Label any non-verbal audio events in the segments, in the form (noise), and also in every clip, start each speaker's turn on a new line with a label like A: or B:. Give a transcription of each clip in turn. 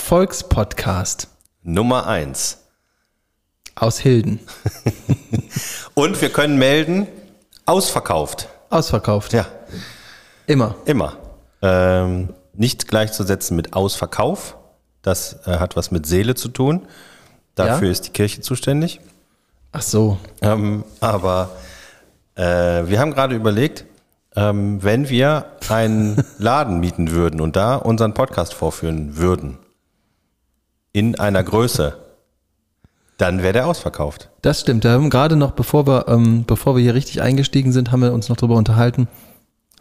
A: Erfolgspodcast
B: Nummer eins.
A: aus Hilden.
B: Und wir können melden, ausverkauft.
A: Ausverkauft.
B: Ja,
A: Immer.
B: immer. Ähm, nicht gleichzusetzen mit Ausverkauf. Das äh, hat was mit Seele zu tun. Dafür
A: Ja.
B: ist die Kirche zuständig.
A: Ach so.
B: Ähm, aber äh, wir haben gerade überlegt, ähm, wenn wir
A: (laughs)
B: einen Laden mieten würden und da unseren Podcast vorführen würden, in einer Größe, dann wäre der ausverkauft.
A: Das stimmt. Da haben gerade noch, bevor wir, ähm, bevor wir hier richtig eingestiegen sind, haben wir uns noch drüber unterhalten.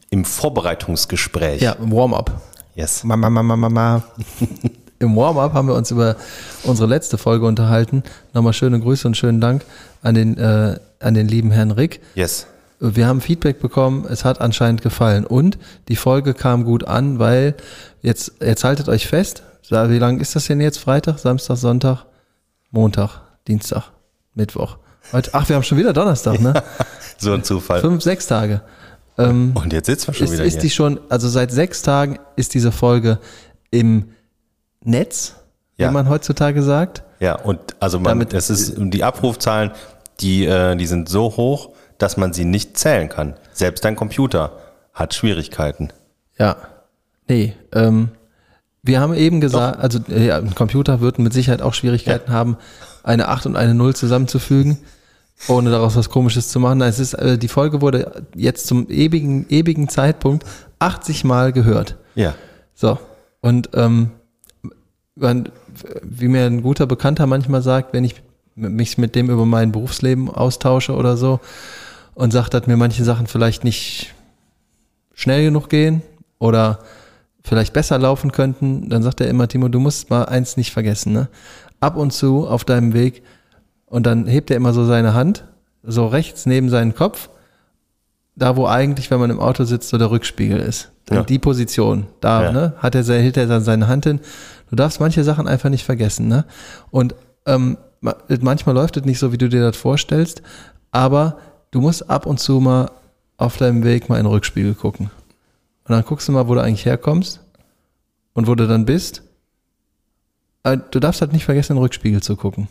B: Im Vorbereitungsgespräch.
A: Ja, im Warm-up.
B: Yes.
A: Mama, Mama, Mama. (laughs) Im Warm-up haben wir uns über unsere letzte Folge unterhalten. Nochmal schöne Grüße und schönen Dank an den, äh, an den lieben Herrn Rick.
B: Yes.
A: Wir haben Feedback bekommen, es hat anscheinend gefallen und die Folge kam gut an, weil jetzt, jetzt haltet euch fest, sa- wie lang ist das denn jetzt? Freitag, Samstag, Sonntag, Montag, Dienstag, Mittwoch. Heute, ach, wir haben schon wieder Donnerstag, ne?
B: So ein Zufall.
A: Fünf, sechs Tage. Ähm,
B: Und jetzt sitzen wir schon
A: ist,
B: wieder
A: ist die
B: hier.
A: schon, also seit sechs Tagen ist diese Folge im Netz,
B: Ja.
A: wie man heutzutage sagt.
B: Ja, und also man,
A: Damit- äh,
B: das ist die Abrufzahlen, die, äh, die sind so hoch, dass man sie nicht zählen kann. Selbst dein Computer hat Schwierigkeiten.
A: Ja. Nee, ähm, wir haben eben gesagt, also äh, ja, ein Computer wird mit Sicherheit auch Schwierigkeiten haben, eine 8 und eine 0 zusammenzufügen, ohne daraus was komisches zu machen. Es ist, äh, die Folge wurde jetzt zum ewigen, ewigen Zeitpunkt 80 Mal gehört.
B: Ja.
A: So. Und ähm, man, wie mir ein guter Bekannter manchmal sagt, wenn ich m- mich mit dem über mein Berufsleben austausche oder so und sagt, dass mir manche Sachen vielleicht nicht schnell genug gehen oder vielleicht besser laufen könnten, dann sagt er immer, Timo, du musst mal eins nicht vergessen, ne? Ab und zu auf deinem Weg und dann hebt er immer so seine Hand, so rechts neben seinen Kopf, da wo eigentlich, wenn man im Auto sitzt, so der Rückspiegel ist. Dann
B: Ja.
A: Die Position, da,
B: Ja.
A: ne? Hat er, se- hält er dann seine Hand hin. Du darfst manche Sachen einfach nicht vergessen, ne? Und ähm, ma- manchmal läuft es nicht so, wie du dir das vorstellst, aber du musst ab und zu mal auf deinem Weg mal in den Rückspiegel gucken. Und dann guckst du mal, wo du eigentlich herkommst und wo du dann bist. Aber du darfst halt nicht vergessen, in den Rückspiegel zu gucken.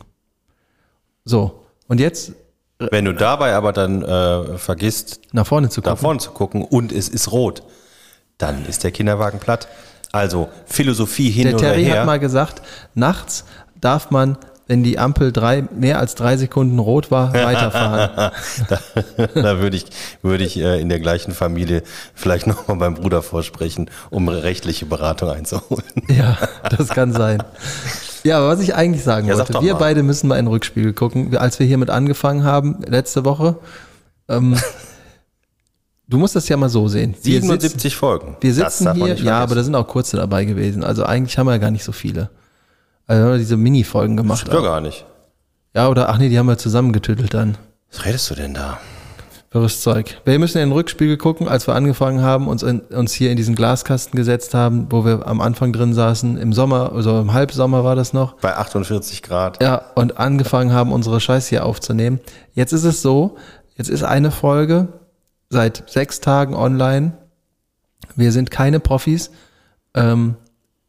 A: So, und jetzt
B: Wenn du dabei aber dann äh, vergisst,
A: nach vorne zu
B: da
A: gucken.
B: vorne zu gucken und es ist rot, dann ist der Kinderwagen platt. Also Philosophie hin
A: Der
B: oder
A: Terry
B: her.
A: hat mal gesagt, nachts darf man, wenn die Ampel drei, mehr als drei Sekunden rot war, weiterfahren.
B: (laughs)
A: (laughs)
B: da würde ich, würde ich äh, in der gleichen Familie vielleicht (laughs) nochmal beim Bruder vorsprechen, um rechtliche Beratung einzuholen.
A: ja, das kann sein. Ja, aber was ich eigentlich sagen
B: Ja, sag
A: wollte,
B: doch
A: wir
B: mal.
A: beide müssen mal in den Rückspiegel gucken. Wir- Als wir hiermit angefangen haben, letzte Woche,
B: (laughs)
A: ähm, du musst das ja mal so sehen. Wir sitzen-
B: 77 Folgen.
A: Wir
B: Das
A: sitzen
B: darf man
A: hier,
B: nicht
A: ja, aber
B: vergessen.
A: da sind auch kurze dabei gewesen. Also eigentlich haben wir ja gar nicht so viele. Also haben wir diese Mini-Folgen gemacht.
B: Das stimmt gar nicht.
A: Ja, oder ach nee, die haben wir zusammengetüttelt dann.
B: Was redest du denn da?
A: Wirres Zeug. Wir müssen in den Rückspiegel gucken, als wir angefangen haben, uns, in, uns hier in diesen Glaskasten gesetzt haben, wo wir am Anfang drin saßen, im Sommer, also im Halbsommer war das noch.
B: Bei 48 Grad.
A: Ja, und angefangen haben, unsere Scheiße hier aufzunehmen. Jetzt ist es so, jetzt ist eine Folge seit sechs Tagen online. Wir sind keine Profis. Ähm,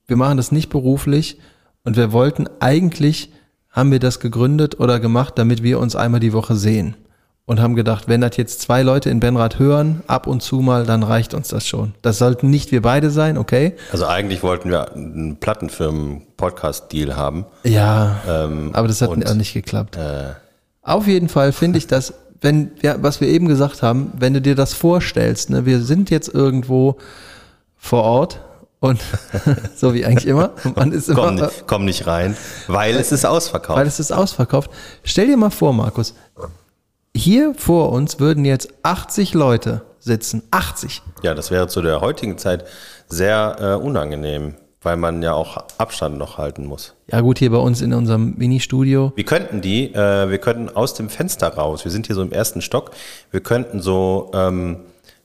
A: wir machen das nicht beruflich. Und wir wollten eigentlich, haben wir das gegründet oder gemacht, damit wir uns einmal die Woche sehen. Und haben gedacht, wenn das jetzt zwei Leute in Benrad hören, ab und zu mal, dann reicht uns das schon. Das sollten nicht wir beide sein, okay?
B: Also eigentlich wollten wir einen Plattenfirmen-Podcast-Deal haben.
A: Ja,
B: (laughs) Ähm,
A: aber das hat
B: und,
A: auch nicht geklappt.
B: Äh,
A: Auf jeden Fall finde ich das, wenn, ja, was wir eben gesagt haben, wenn du dir das vorstellst, ne, wir sind jetzt irgendwo vor Ort und (laughs) so wie eigentlich immer, man ist
B: komm,
A: immer,
B: nicht, komm nicht rein, weil es ist ausverkauft.
A: weil es ist ausverkauft. Stell dir mal vor, Markus, hier vor uns würden jetzt 80 Leute sitzen. 80.
B: ja, das wäre zu der heutigen Zeit sehr äh, unangenehm, weil man ja auch Abstand noch halten muss.
A: Ja gut, hier bei uns in unserem Ministudio.
B: Wir könnten die, äh, wir könnten aus dem Fenster raus, wir sind hier so im ersten Stock, wir könnten so ähm,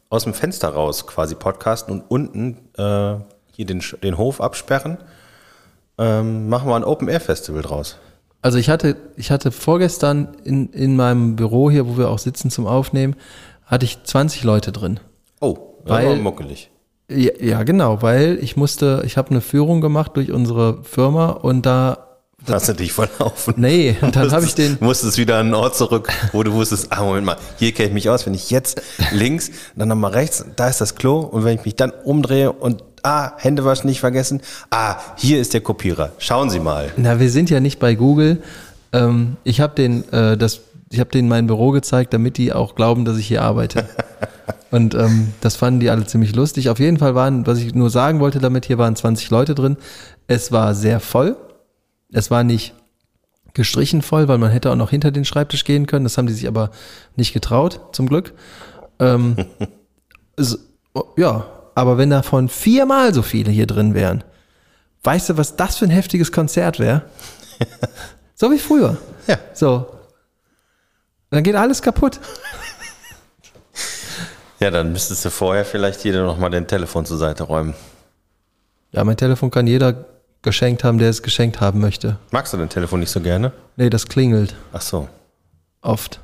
B: aus dem Fenster raus quasi podcasten und unten äh, hier den, Sch- den Hof absperren. Ähm, machen wir ein Open-Air-Festival draus.
A: Also ich hatte, ich hatte vorgestern in, in meinem Büro hier, wo wir auch sitzen zum Aufnehmen, hatte ich 20 Leute drin.
B: Oh, das
A: Weil-
B: war muckelig.
A: Ja, ja, genau, weil ich musste, ich habe eine Führung gemacht durch unsere Firma und da,
B: Hast du dich verlaufen?
A: nee, und dann habe ich den,
B: Musstest wieder an einen Ort zurück, wo du wusstest, ah, Moment mal, hier kenne ich mich aus, wenn ich jetzt links, dann nochmal rechts, da ist das Klo und wenn ich mich dann umdrehe und, ah, Hände waschen nicht vergessen, ah, hier ist der Kopierer, schauen Sie mal.
A: na, wir sind ja nicht bei Google. Ähm, ich habe den, äh, das, ich habe denen mein Büro gezeigt, damit die auch glauben, dass ich hier arbeite. Und ähm, das fanden die alle ziemlich lustig. Auf jeden Fall waren, was ich nur sagen wollte damit, hier waren 20 Leute drin. Es war sehr voll. Es war nicht gestrichen voll, weil man hätte auch noch hinter den Schreibtisch gehen können. Das haben die sich aber nicht getraut, zum Glück. Ähm, es, ja, aber wenn davon viermal so viele hier drin wären, weißt du, was das für ein heftiges Konzert wäre? so wie früher.
B: Ja.
A: So. Dann geht alles kaputt.
B: Ja, dann müsstest du vorher vielleicht jeder nochmal den Telefon zur Seite räumen.
A: Ja, mein Telefon kann jeder geschenkt haben, der es geschenkt haben möchte.
B: Magst du dein Telefon nicht so gerne?
A: Nee, das klingelt
B: Ach so,
A: oft.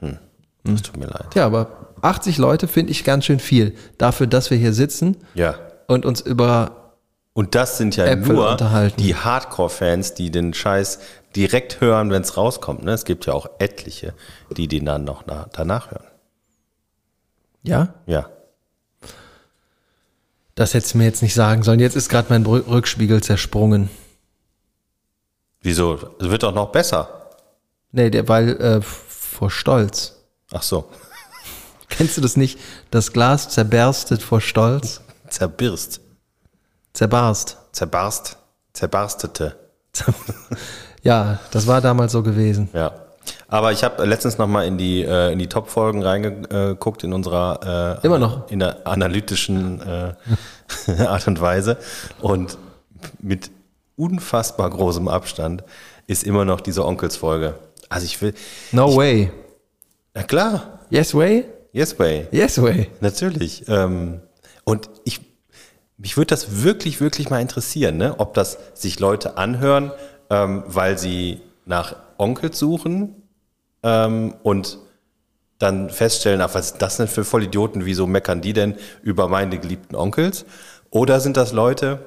B: das tut mir leid.
A: Tja, aber 80 Leute finde ich ganz schön viel. Dafür, dass wir hier sitzen
B: Ja.
A: und uns über.
B: Und das sind ja
A: Äpfel
B: nur
A: unterhalten.
B: die Hardcore-Fans, die den Scheiß direkt hören, wenn es rauskommt. Ne? Es gibt ja auch etliche, die den dann noch na- danach hören.
A: Ja?
B: Ja.
A: Das hättest du mir jetzt nicht sagen sollen. Jetzt ist gerade mein Brü- Rückspiegel zersprungen.
B: Wieso? Es wird doch noch besser.
A: Nee, der, weil äh, vor Stolz. (laughs)
B: Ach so, (laughs)
A: Kennst du das nicht? Das Glas zerberstet vor Stolz.
B: zerbirst,
A: Zerbarst.
B: zerbarst, zerbarstete.
A: Ja, das war damals so gewesen.
B: Ja. Aber ich habe letztens nochmal in die, äh, in die Top-Folgen reingeguckt, in unserer äh,
A: Immer noch.
B: in der analytischen äh, (laughs) Art und Weise. Und mit unfassbar großem Abstand ist immer noch diese Onkels-Folge. Also ich will.
A: No way.
B: Na klar,
A: Yes way?
B: yes way.
A: Yes way.
B: Natürlich. Ähm, und ich, mich würde das wirklich, wirklich mal interessieren, ne? ob das sich Leute anhören, ähm, weil sie nach Onkels suchen ähm, und dann feststellen, ach, was ist das denn für Vollidioten, wieso meckern die denn über meine geliebten Onkels? Oder sind das Leute,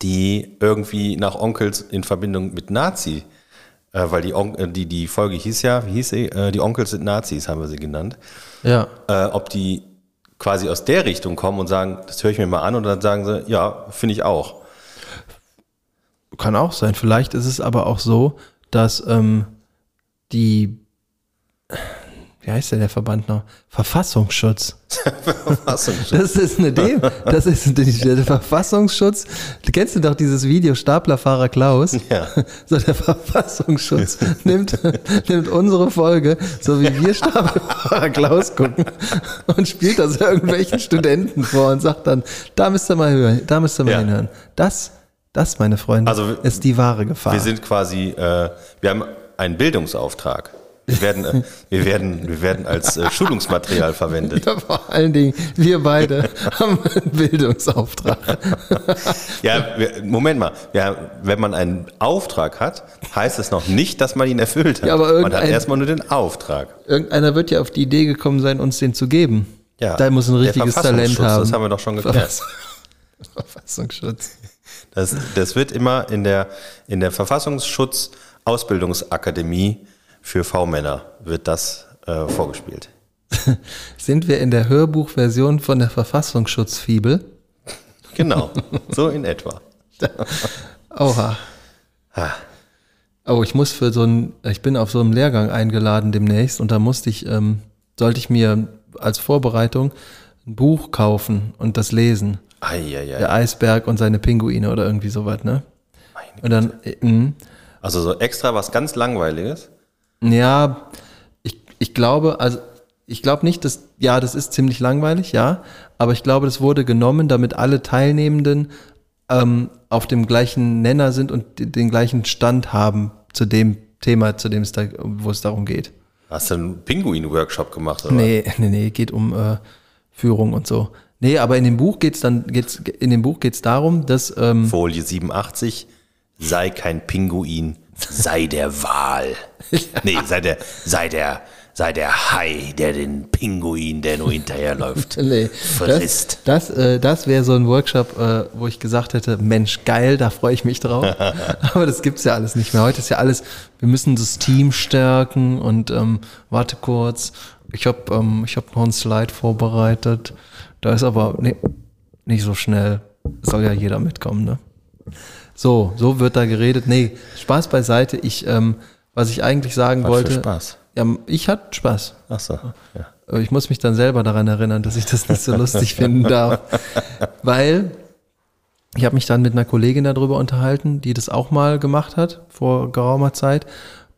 B: die irgendwie nach Onkels in Verbindung mit Nazi, äh, weil die, On äh, die, die Folge hieß ja, wie hieß sie? Äh, die Onkels sind Nazis, haben wir sie genannt
A: Ja.
B: äh, ob die quasi aus der Richtung kommen und sagen, das höre ich mir mal an und dann sagen sie, ja, finde ich auch.
A: Kann auch sein. Vielleicht ist es aber auch so, dass ähm, die, wie heißt der, der Verband noch? Verfassungsschutz. Das ist eine Dem. Das ist (laughs) die- der Verfassungsschutz. Du kennst du doch dieses Video Staplerfahrer Klaus?
B: Ja.
A: So, der Verfassungsschutz nimmt, nimmt unsere Folge, so wie wir Staplerfahrer Klaus gucken, und spielt das irgendwelchen Studenten vor und sagt dann, da müsst ihr mal hören, da müsst ihr mal
B: Ja.
A: hinhören. Das, das, meine Freunde,
B: Also wir-
A: ist die wahre Gefahr.
B: Wir sind quasi, äh, wir haben einen Bildungsauftrag. Wir werden, äh, wir werden, wir werden als äh, Schulungsmaterial verwendet.
A: ja, vor allen Dingen, wir beide
B: (laughs)
A: haben einen Bildungsauftrag.
B: Ja, wir, Moment mal. Ja, wenn man einen Auftrag hat, heißt es noch nicht, dass man ihn erfüllt hat.
A: Ja, aber
B: man hat
A: irgendein-
B: erstmal nur den Auftrag.
A: Irgendeiner wird ja auf die Idee gekommen sein, uns den zu geben.
B: Ja,
A: da muss ein
B: der
A: richtiges Talent
B: Verfassungsschutz,
A: haben.
B: das haben wir doch schon geklärt.
A: Verfass- (laughs) Verfassungsschutz.
B: Das, das wird immer in der, in der Verfassungsschutz-Ausbildungsakademie für V-Männer wird das äh, vorgespielt.
A: Sind wir in der Hörbuchversion von der Verfassungsschutzfibel?
B: (laughs) Genau, so in etwa.
A: Oha.
B: Ah.
A: Oh, ich muss für so ein, ich bin auf so einem Lehrgang eingeladen demnächst und da musste ich, ähm, sollte ich mir als Vorbereitung ein Buch kaufen und das lesen.
B: Eieiei.
A: Der Eisberg und seine Pinguine oder irgendwie sowas, ne?
B: Meine
A: Und dann, äh, mh.
B: Also so extra was ganz Langweiliges.
A: Ja, ich, ich glaube, also ich glaube nicht, dass, ja, das ist ziemlich langweilig, ja, aber ich glaube, das wurde genommen, damit alle Teilnehmenden ähm, auf dem gleichen Nenner sind und d- den gleichen Stand haben zu dem Thema, zu dem es da, wo es darum geht.
B: Hast du einen Pinguin-Workshop gemacht? Oder?
A: Nee, nee, nee, geht um äh, Führung und so. Nee, aber in dem Buch geht's dann, geht's, in dem Buch geht's darum, dass, ähm,
B: Folie 87, (laughs) sei kein Pinguin, sei der Wal. Nee, sei der, sei der, sei der Hai, der den Pinguin, der nur hinterherläuft.
A: (laughs) Nee,
B: Verrisst.
A: Das, das, äh, das wäre so ein Workshop, äh, wo ich gesagt hätte, Mensch, geil, da freue ich mich
B: (laughs)
A: drauf. Aber das gibt's ja alles nicht mehr. Heute ist ja alles, wir müssen das Team stärken und ähm, warte kurz. Ich habe ähm, ich hab noch einen Slide vorbereitet. Da ist aber nee, nicht so schnell. Soll ja jeder mitkommen, ne? So, so wird da geredet. Nee, Spaß beiseite. Ich, ähm, was ich eigentlich sagen
B: Was
A: wollte.
B: für Spaß.
A: Ja, ich hatte Spaß.
B: Ach so. Ja.
A: Aber Äh, Ich muss mich dann selber daran erinnern, dass ich das nicht so lustig finden darf. Weil ich habe mich dann mit einer Kollegin darüber unterhalten, die das auch mal gemacht hat vor geraumer Zeit.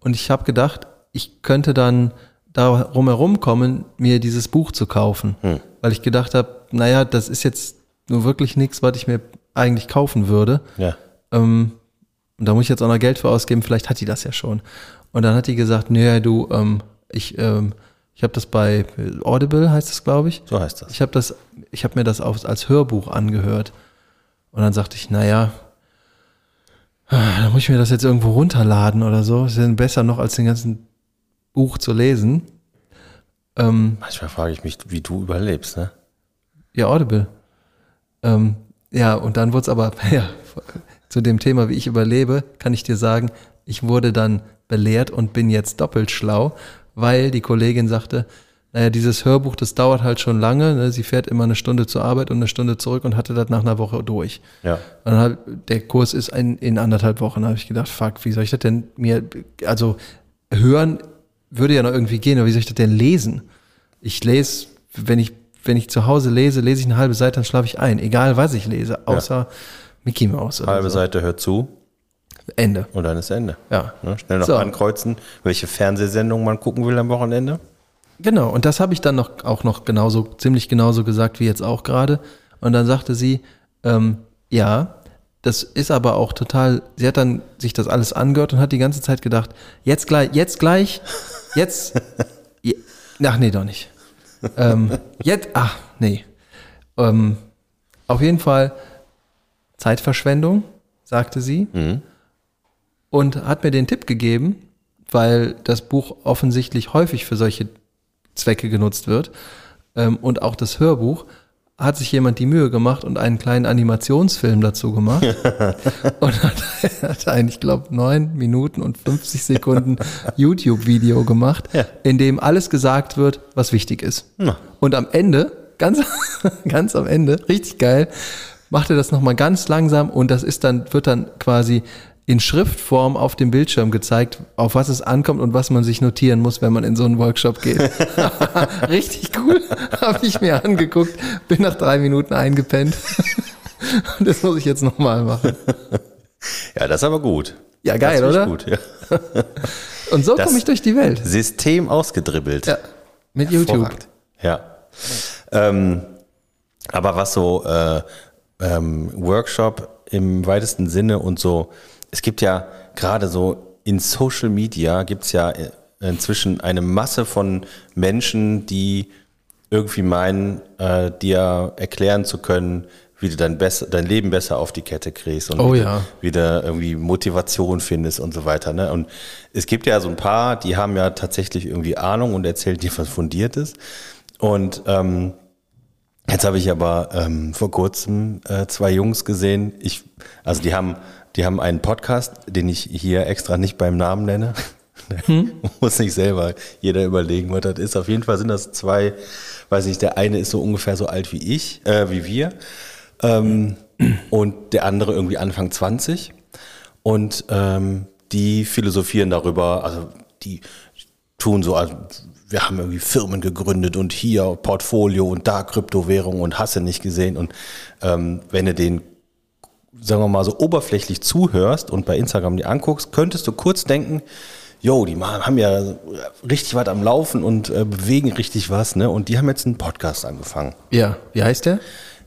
A: Und ich habe gedacht, ich könnte dann darum herum kommen, mir dieses Buch zu kaufen. Weil ich gedacht habe, naja, das ist jetzt nur wirklich nichts, was ich mir eigentlich kaufen würde.
B: ja.
A: Ähm, und da muss ich jetzt auch noch Geld für ausgeben, vielleicht hat die das ja schon. Und dann hat die gesagt, naja, du, ähm, ich, ähm, ich habe das bei Audible, heißt das, glaube ich.
B: So heißt das.
A: Ich habe das, ich habe mir das auf, als Hörbuch angehört. Und dann sagte ich, naja, da muss ich mir das jetzt irgendwo runterladen oder so. Das ist dann besser noch, als den ganzen Buch zu lesen. Ähm,
B: Manchmal frage ich mich, wie du überlebst, ne?
A: ja, Audible. Ähm, ja, und dann wurde es aber, (laughs) ja, zu dem Thema, wie ich überlebe, kann ich dir sagen, ich wurde dann belehrt und bin jetzt doppelt schlau, weil die Kollegin sagte, naja, dieses Hörbuch, das dauert halt schon lange. Ne? Sie fährt immer eine Stunde zur Arbeit und eine Stunde zurück und hatte das nach einer Woche durch.
B: Ja.
A: Und dann hab, der Kurs ist ein, in anderthalb Wochen. Da habe ich gedacht, fuck, wie soll ich das denn mir, also hören würde ja noch irgendwie gehen, aber wie soll ich das denn lesen? Ich lese, wenn ich, wenn ich zu Hause lese, lese ich eine halbe Seite, dann schlafe ich ein. Egal was ich lese, außer Mickey Mouse oder
B: Halbe
A: so.
B: Seite hört zu
A: Ende.
B: und dann ist Ende.
A: Ja.
B: Ne? Schnell noch
A: So.
B: ankreuzen, welche Fernsehsendung man gucken will am Wochenende.
A: Genau, und das habe ich dann noch, auch noch genauso, ziemlich genauso gesagt wie jetzt auch gerade. Und dann sagte sie, ähm, ja, das ist aber auch total, sie hat dann sich das alles angehört und hat die ganze Zeit gedacht, jetzt gleich, jetzt gleich, jetzt, (laughs) je, ach nee, doch nicht. Ähm, jetzt, ach nee. Ähm, auf jeden Fall Zeitverschwendung, sagte sie und hat mir den Tipp gegeben, weil das Buch offensichtlich häufig für solche Zwecke genutzt wird ähm, und auch das Hörbuch, hat sich jemand die Mühe gemacht und einen kleinen Animationsfilm dazu
B: (laughs)
A: gemacht und hat, hat ein, ich glaube, neun Minuten und 50 Sekunden YouTube-Video gemacht,
B: Ja.
A: in dem alles gesagt wird, was wichtig ist.
B: Na.
A: Und am Ende, ganz, (laughs) ganz am Ende, richtig geil, macht er das nochmal ganz langsam und das ist dann, wird dann quasi in Schriftform auf dem Bildschirm gezeigt, auf was es ankommt und was man sich notieren muss, wenn man in so einen Workshop geht. (laughs) richtig cool, habe ich mir angeguckt, bin nach drei Minuten eingepennt. (laughs) Und das muss ich jetzt nochmal machen.
B: Ja, das ist aber gut.
A: Ja, geil,
B: das
A: oder?
B: finde ich Gut, ja.
A: Und so
B: Das-
A: komme ich durch die Welt.
B: System ausgedribbelt.
A: Ja, mit YouTube.
B: Hervorragend. Ja. Ähm, aber was so äh, ähm, Workshop im weitesten Sinne und so, es gibt ja gerade so in Social Media gibt es ja äh, inzwischen eine Masse von Menschen, die irgendwie meinen, äh, dir erklären zu können, wie du dein, besser, dein Leben besser auf die Kette kriegst und
A: Oh
B: wie,
A: ja.
B: du, wie du irgendwie Motivation findest und so weiter. Ne? Und es gibt ja so ein paar, die haben ja tatsächlich irgendwie Ahnung und erzählen dir was Fundiertes. Und ähm, jetzt habe ich aber ähm, vor kurzem äh, zwei Jungs gesehen. Ich, also die haben, die haben einen Podcast, den ich hier extra nicht beim Namen nenne. (laughs) Muss nicht selber jeder überlegen, was das ist. Auf jeden Fall sind das zwei, weiß nicht, der eine ist so ungefähr so alt wie ich, äh, wie wir. Ähm, und der andere irgendwie Anfang 20. Und ähm, die philosophieren darüber, also die tun so, also wir haben irgendwie Firmen gegründet und hier Portfolio und da Kryptowährung und Hasse nicht gesehen. Und ähm, wenn du den, sagen wir mal, so oberflächlich zuhörst und bei Instagram dir anguckst, könntest du kurz denken, Jo, die machen, haben ja richtig was am Laufen und äh, bewegen richtig was, ne? Und die haben jetzt einen Podcast angefangen.
A: Ja, wie heißt der?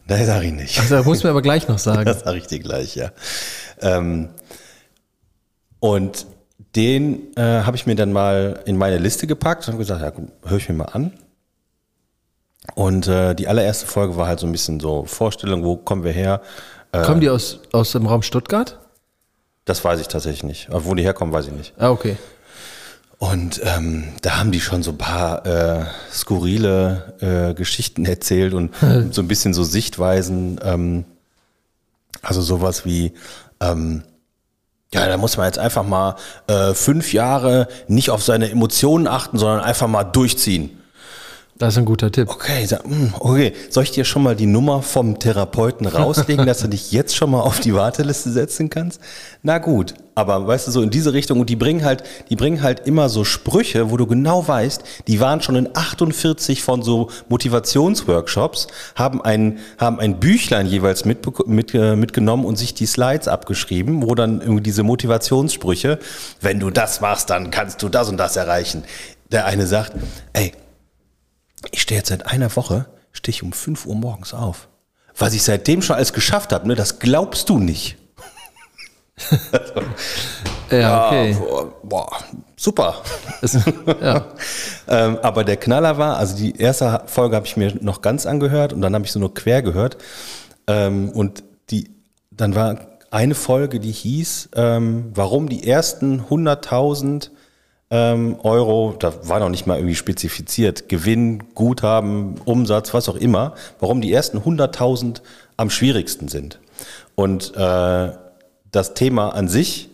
B: Nein, sag ich nicht.
A: Also, das muss mir aber gleich noch sagen.
B: (laughs) Das sage ich dir gleich, ja. Ähm, und den äh, habe ich mir dann mal in meine Liste gepackt und habe gesagt, ja, höre ich mir mal an. Und äh, die allererste Folge war halt so ein bisschen so Vorstellung, wo kommen wir her? äh,
A: Kommen die aus, aus dem Raum Stuttgart?
B: Das weiß ich tatsächlich nicht. Aber wo die herkommen, weiß ich nicht.
A: Ah, okay.
B: Und ähm, da haben die schon so ein paar äh, skurrile äh, Geschichten erzählt und so ein bisschen so Sichtweisen. Ähm, also sowas wie, ähm, ja, da muss man jetzt einfach mal äh, fünf Jahre nicht auf seine Emotionen achten, sondern einfach mal durchziehen.
A: Das ist ein guter Tipp.
B: Okay, ich sag, hm, okay, soll ich dir schon mal die Nummer vom Therapeuten rauslegen, dass du dich jetzt schon mal auf die Warteliste setzen kannst? Na gut, aber weißt du so in diese Richtung und die bringen halt, die bringen halt immer so Sprüche, wo du genau weißt, die waren schon in 48 von so Motivationsworkshops, haben ein haben ein Büchlein jeweils mitbeko- mit, äh, mitgenommen und sich die Slides abgeschrieben, wo dann irgendwie diese Motivationssprüche, wenn du das machst, dann kannst du das und das erreichen. Der eine sagt, ey, ich stehe jetzt seit einer Woche, stehe ich um 5 Uhr morgens auf. Was ich seitdem schon alles geschafft habe, ne, das glaubst du nicht.
A: Ja, okay.
B: Ah, boah, boah, super. (laughs)
A: Das, ja.
B: Ähm, aber der Knaller war, also die erste Folge habe ich mir noch ganz angehört und dann habe ich so nur quer gehört. Ähm, und die, dann war eine Folge, die hieß, ähm, warum die ersten 100.000 ähm, Euro, da war noch nicht mal irgendwie spezifiziert, Gewinn, Guthaben, Umsatz, was auch immer, warum die ersten 100.000 am schwierigsten sind. Und äh, das Thema an sich,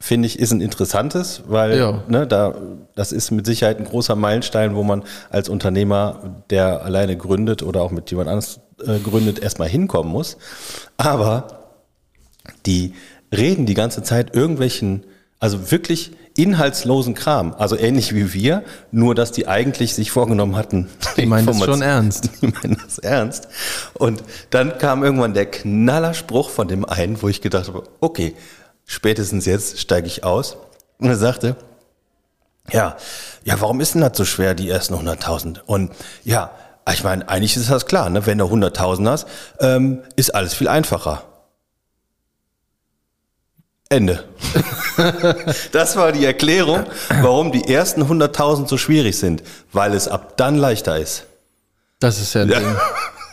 B: finde ich, ist ein interessantes, weil
A: Ja.
B: ne, da, das ist mit Sicherheit ein großer Meilenstein, wo man als Unternehmer, der alleine gründet oder auch mit jemand anders äh, gründet, erstmal hinkommen muss. Aber die reden die ganze Zeit irgendwelchen, also wirklich inhaltslosen Kram. Also ähnlich wie wir, nur dass die eigentlich sich vorgenommen hatten.
A: Die meinen das schon
B: Informationen-
A: ernst.
B: (laughs) Die meinen das ernst. Und dann kam irgendwann der Knallerspruch von dem einen, wo ich gedacht habe, okay, spätestens jetzt steige ich aus. Und er sagte, ja, ja, warum ist denn das so schwer, die ersten 100.000? Und ja, ich meine, eigentlich ist das klar, ne? wenn du 100.000 hast, ähm, ist alles viel einfacher. Ende. (laughs) das war die Erklärung, warum die ersten 100.000 so schwierig sind, weil es ab dann leichter ist.
A: Das ist ja ein Ding.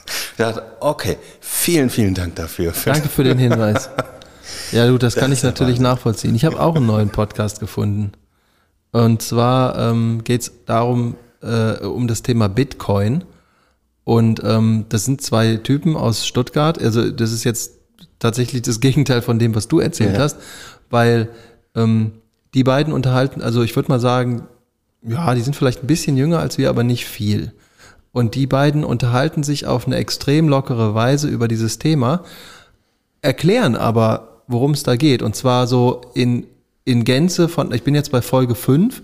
B: Ich dachte, okay, vielen, vielen Dank dafür.
A: Danke für den Hinweis. Ja, gut, das, kann ich natürlich nachvollziehen. Ich habe auch einen neuen Podcast gefunden. Und zwar ähm, geht es darum, äh, um das Thema Bitcoin. Und ähm, das sind zwei Typen aus Stuttgart. Also, das ist jetzt tatsächlich das Gegenteil von dem, was du erzählt
B: Ja.
A: hast, weil ähm, die beiden unterhalten, also ich würde mal sagen, ja, die sind vielleicht ein bisschen jünger als wir, aber nicht viel. Und die beiden unterhalten sich auf eine extrem lockere Weise über dieses Thema erklären aber, worum es da geht. Und zwar so in, in Gänze von, ich bin jetzt bei Folge 5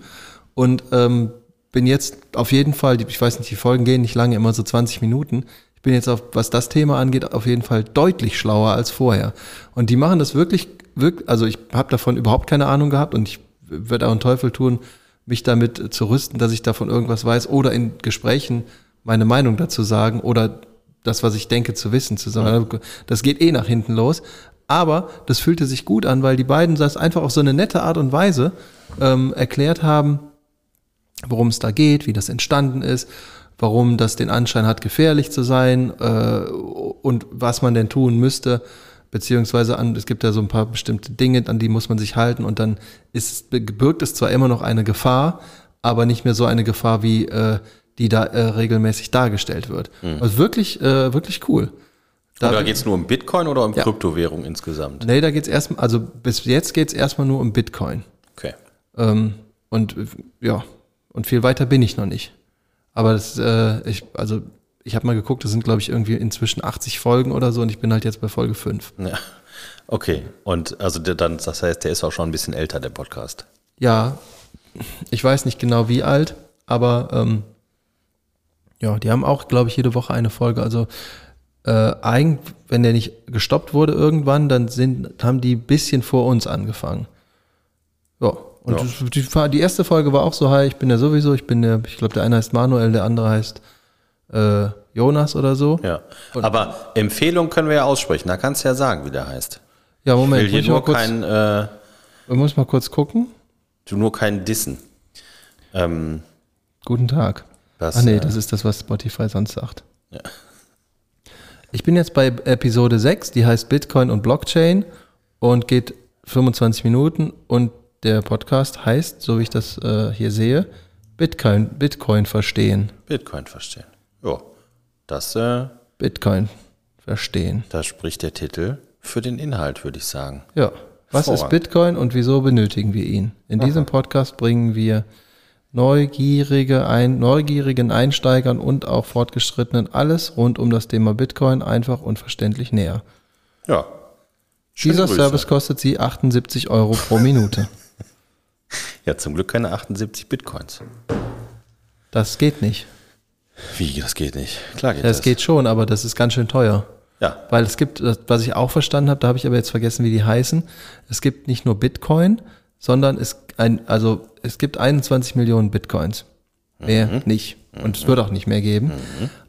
A: und ähm, bin jetzt auf jeden Fall, die- ich weiß nicht, die Folgen gehen nicht lange, immer so 20 Minuten. Ich bin jetzt auf, was das Thema angeht, auf jeden Fall deutlich schlauer als vorher. Und die machen das wirklich, wirklich also ich habe davon überhaupt keine Ahnung gehabt und ich werde auch einen Teufel tun, mich damit zu rüsten, dass ich davon irgendwas weiß oder in Gesprächen meine Meinung dazu sagen oder das, was ich denke, zu wissen zu sagen. Also, Das geht eh nach hinten los. Aber das fühlte sich gut an, weil die beiden das einfach auf so eine nette Art und Weise ähm, erklärt haben, worum es da geht, wie das entstanden ist, warum das den Anschein hat, gefährlich zu sein äh, und was man denn tun müsste, beziehungsweise an, es gibt ja so ein paar bestimmte Dinge, an die muss man sich halten und dann ist, birgt es zwar immer noch eine Gefahr, aber nicht mehr so eine Gefahr, wie äh, die da äh, regelmäßig dargestellt wird. Also wirklich, äh, wirklich cool. Da
B: Oder geht es nur um Bitcoin oder um
A: Ja.
B: Kryptowährung insgesamt?
A: nee, da geht's erstmal, also bis jetzt geht's erstmal nur um Bitcoin.
B: Okay.
A: Ähm, und äh, ja, und viel weiter bin ich noch nicht. Aber das, äh, ich, also ich habe mal geguckt, das sind glaube ich irgendwie inzwischen 80 Folgen oder so und ich bin halt jetzt bei Folge 5.
B: Ja. Okay, und also der, dann, das heißt, der ist auch schon ein bisschen älter, der Podcast.
A: Ja, ich weiß nicht genau wie alt, aber ähm, ja, die haben auch glaube ich jede Woche eine Folge. Also äh, eigentlich, wenn der nicht gestoppt wurde irgendwann, dann sind, haben die ein bisschen vor uns angefangen. Ja. Und
B: Ja.
A: das- Die, Fa- die erste Folge war auch so, hi, ich bin ja sowieso, ich bin der, ich glaube, der eine heißt Manuel, der andere heißt äh, Jonas oder so.
B: Ja. Aber Empfehlung können wir ja aussprechen, da kannst du ja sagen, wie der heißt.
A: Ja,
B: Ich
A: Moment,
B: will hier
A: muss ich mal
B: nur
A: kurz,
B: kein, äh,
A: ich muss mal kurz gucken.
B: du nur kein Dissen. Ähm,
A: Guten Tag.
B: Das,
A: Ach nee,
B: äh,
A: das ist das, was Spotify sonst sagt.
B: Ja.
A: Ich bin jetzt bei Episode 6, die heißt Bitcoin und Blockchain und geht 25 Minuten und der Podcast heißt, so wie ich das äh, hier sehe, Bitcoin, Bitcoin verstehen.
B: Bitcoin verstehen. Ja, das, äh,
A: Bitcoin verstehen.
B: das spricht der Titel für den Inhalt, würde ich sagen.
A: Ja. Was ist
B: Hervorragend.
A: Bitcoin und wieso benötigen wir ihn? In diesem Podcast bringen wir neugierige ein, neugierigen Einsteigern und auch Fortgeschrittenen alles rund um das Thema Bitcoin einfach und verständlich näher.
B: Ja. Schöne
A: Dieser
B: Grüße.
A: Service kostet Sie 78 Euro pro Minute.
B: Ja, zum Glück keine 78 Bitcoins.
A: Das geht nicht.
B: Wie, das geht nicht. Klar geht
A: Ja,
B: das.
A: es geht schon, aber das ist ganz schön teuer.
B: Ja,
A: Weil es gibt, das- was ich auch verstanden habe, da habe ich aber jetzt vergessen, wie die heißen. Es gibt nicht nur Bitcoin, sondern es ein, also es gibt 21 Millionen Bitcoins. Mehr
B: Mhm.
A: nicht. Und es wird auch nicht mehr geben.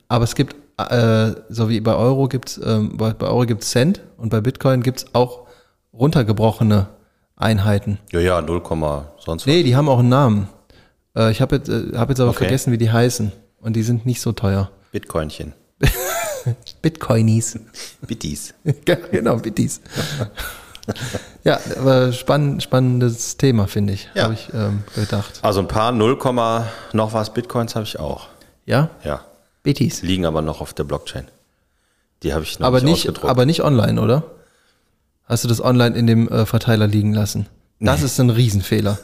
A: Aber es gibt, äh, so wie bei Euro gibt's, ähm, bei bei Euro gibt's Cent und bei Bitcoin gibt's auch runtergebrochene Einheiten.
B: ja, ja 0, sonst was.
A: Nee, die haben auch einen Namen. Äh, ich habe jetzt, äh, hab jetzt aber
B: Okay.
A: vergessen, wie die heißen. Und die sind nicht so teuer.
B: Bitcoinchen.
A: Bitcoinies. (laughs)
B: Bitties.
A: Ja, genau, Bitties. ja, aber spann, spannendes Thema, finde ich.
B: Ja.
A: Habe ich ähm, gedacht.
B: Also ein paar 0, noch was Bitcoins habe ich auch.
A: Ja,
B: Ja.
A: Bitties.
B: Liegen aber noch auf der Blockchain. Die habe ich noch
A: Aber nicht,
B: ausgedruckt.
A: aber nicht online, oder? Hast du das online in dem äh, Verteiler liegen lassen? Das ist ein Riesenfehler.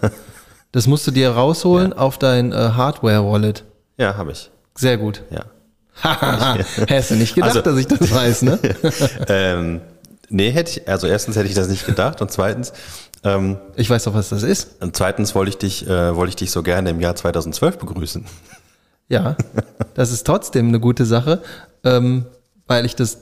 A: Das musst du dir rausholen auf dein äh, Hardware-Wallet.
B: ja, habe ich.
A: Sehr gut. (laughs)
B: Ja. (laughs)
A: Hast du nicht gedacht,
B: Also-
A: dass ich das weiß,
B: (laughs)
A: ne?
B: Ähm, nee, hätte ich, also erstens hätte ich das nicht gedacht und zweitens, ähm,
A: Ich weiß doch, was das ist.
B: und zweitens wollte ich dich, äh, wollte ich dich so gerne im Jahr 2012 begrüßen.
A: Ja, das ist trotzdem eine gute Sache, ähm, weil ich das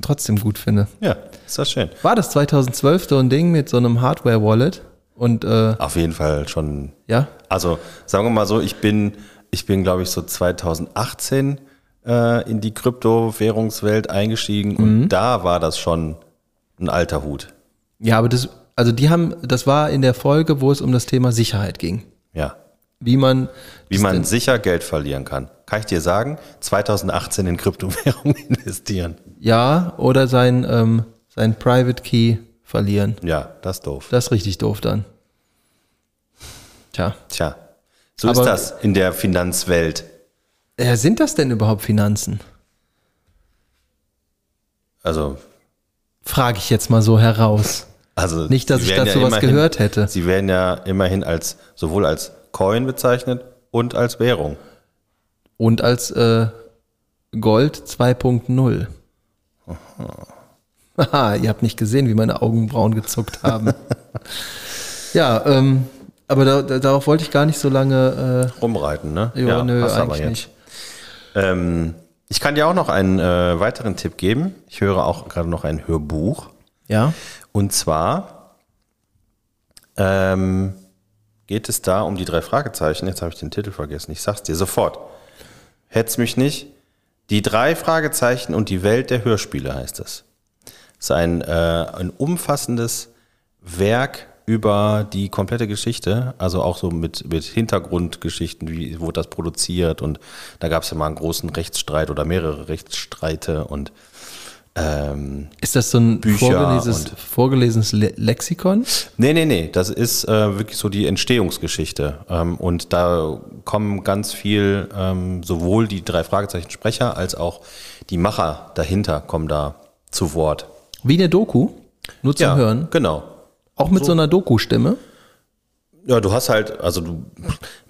A: trotzdem gut finde.
B: Ja, ist das schön.
A: War das 2012 so ein Ding mit so einem Hardware-Wallet? Und äh,
B: Auf jeden Fall schon.
A: ja,
B: Also sagen wir mal so, ich bin, ich bin glaube ich so 2018 äh, in die Kryptowährungswelt eingestiegen und
A: Mhm.
B: da war das schon ein alter Hut.
A: ja, aber das, also die haben, das war in der Folge, wo es um das Thema Sicherheit ging.
B: Ja.
A: Wie man,
B: Wie man sicher Geld verlieren kann. Kann ich dir sagen, 2018 in Kryptowährung (laughs) investieren.
A: ja, oder sein, ähm, sein Private Key verlieren.
B: Ja, das ist doof.
A: Das ist richtig doof dann. Tja.
B: Tja, so
A: Aber-
B: ist das in der Finanzwelt.
A: Äh, sind das denn überhaupt Finanzen?
B: Also,
A: Frage ich jetzt mal so heraus.
B: also
A: Nicht, dass ich
B: sie werden
A: dazu was
B: immerhin-
A: gehört hätte.
B: Sie werden ja immerhin als sowohl als Coin bezeichnet und als Währung.
A: Und als äh, Gold 2.0. Haha, (laughs) ihr habt nicht gesehen, wie meine Augenbrauen gezuckt haben. ja, ähm, aber da, da, darauf wollte ich gar nicht so lange.
B: Rumreiten, ne?
A: Äh, ja, nö,
B: passt
A: eigentlich nicht.
B: Ähm, ich kann dir auch noch einen äh, weiteren Tipp geben. Ich höre auch gerade noch ein Hörbuch.
A: Ja,
B: Und zwar ähm, geht es da um die drei Fragezeichen. Jetzt habe ich den Titel vergessen. Ich sag's dir sofort. Hetz mich nicht. Die drei Fragezeichen und die Welt der Hörspiele heißt es. Es ist ein, äh, ein umfassendes Werk über die komplette Geschichte, also auch so mit, mit Hintergrundgeschichten, wie wurde das produziert und da gab es ja mal einen großen Rechtsstreit oder mehrere Rechtsstreite und ähm,
A: ist das so ein
B: Bücher
A: vorgelesenes,
B: und-
A: vorgelesenes Le Lexikon?
B: Nee, nee, nee. Das ist äh, wirklich so die Entstehungsgeschichte. Ähm, und da kommen ganz viel, ähm, sowohl die drei Fragezeichen-Sprecher als auch die Macher dahinter kommen da zu Wort.
A: Wie eine Doku, nur zum Hören.
B: Genau.
A: Auch mit so, einer Doku-Stimme.
B: Ja, du hast halt, also du,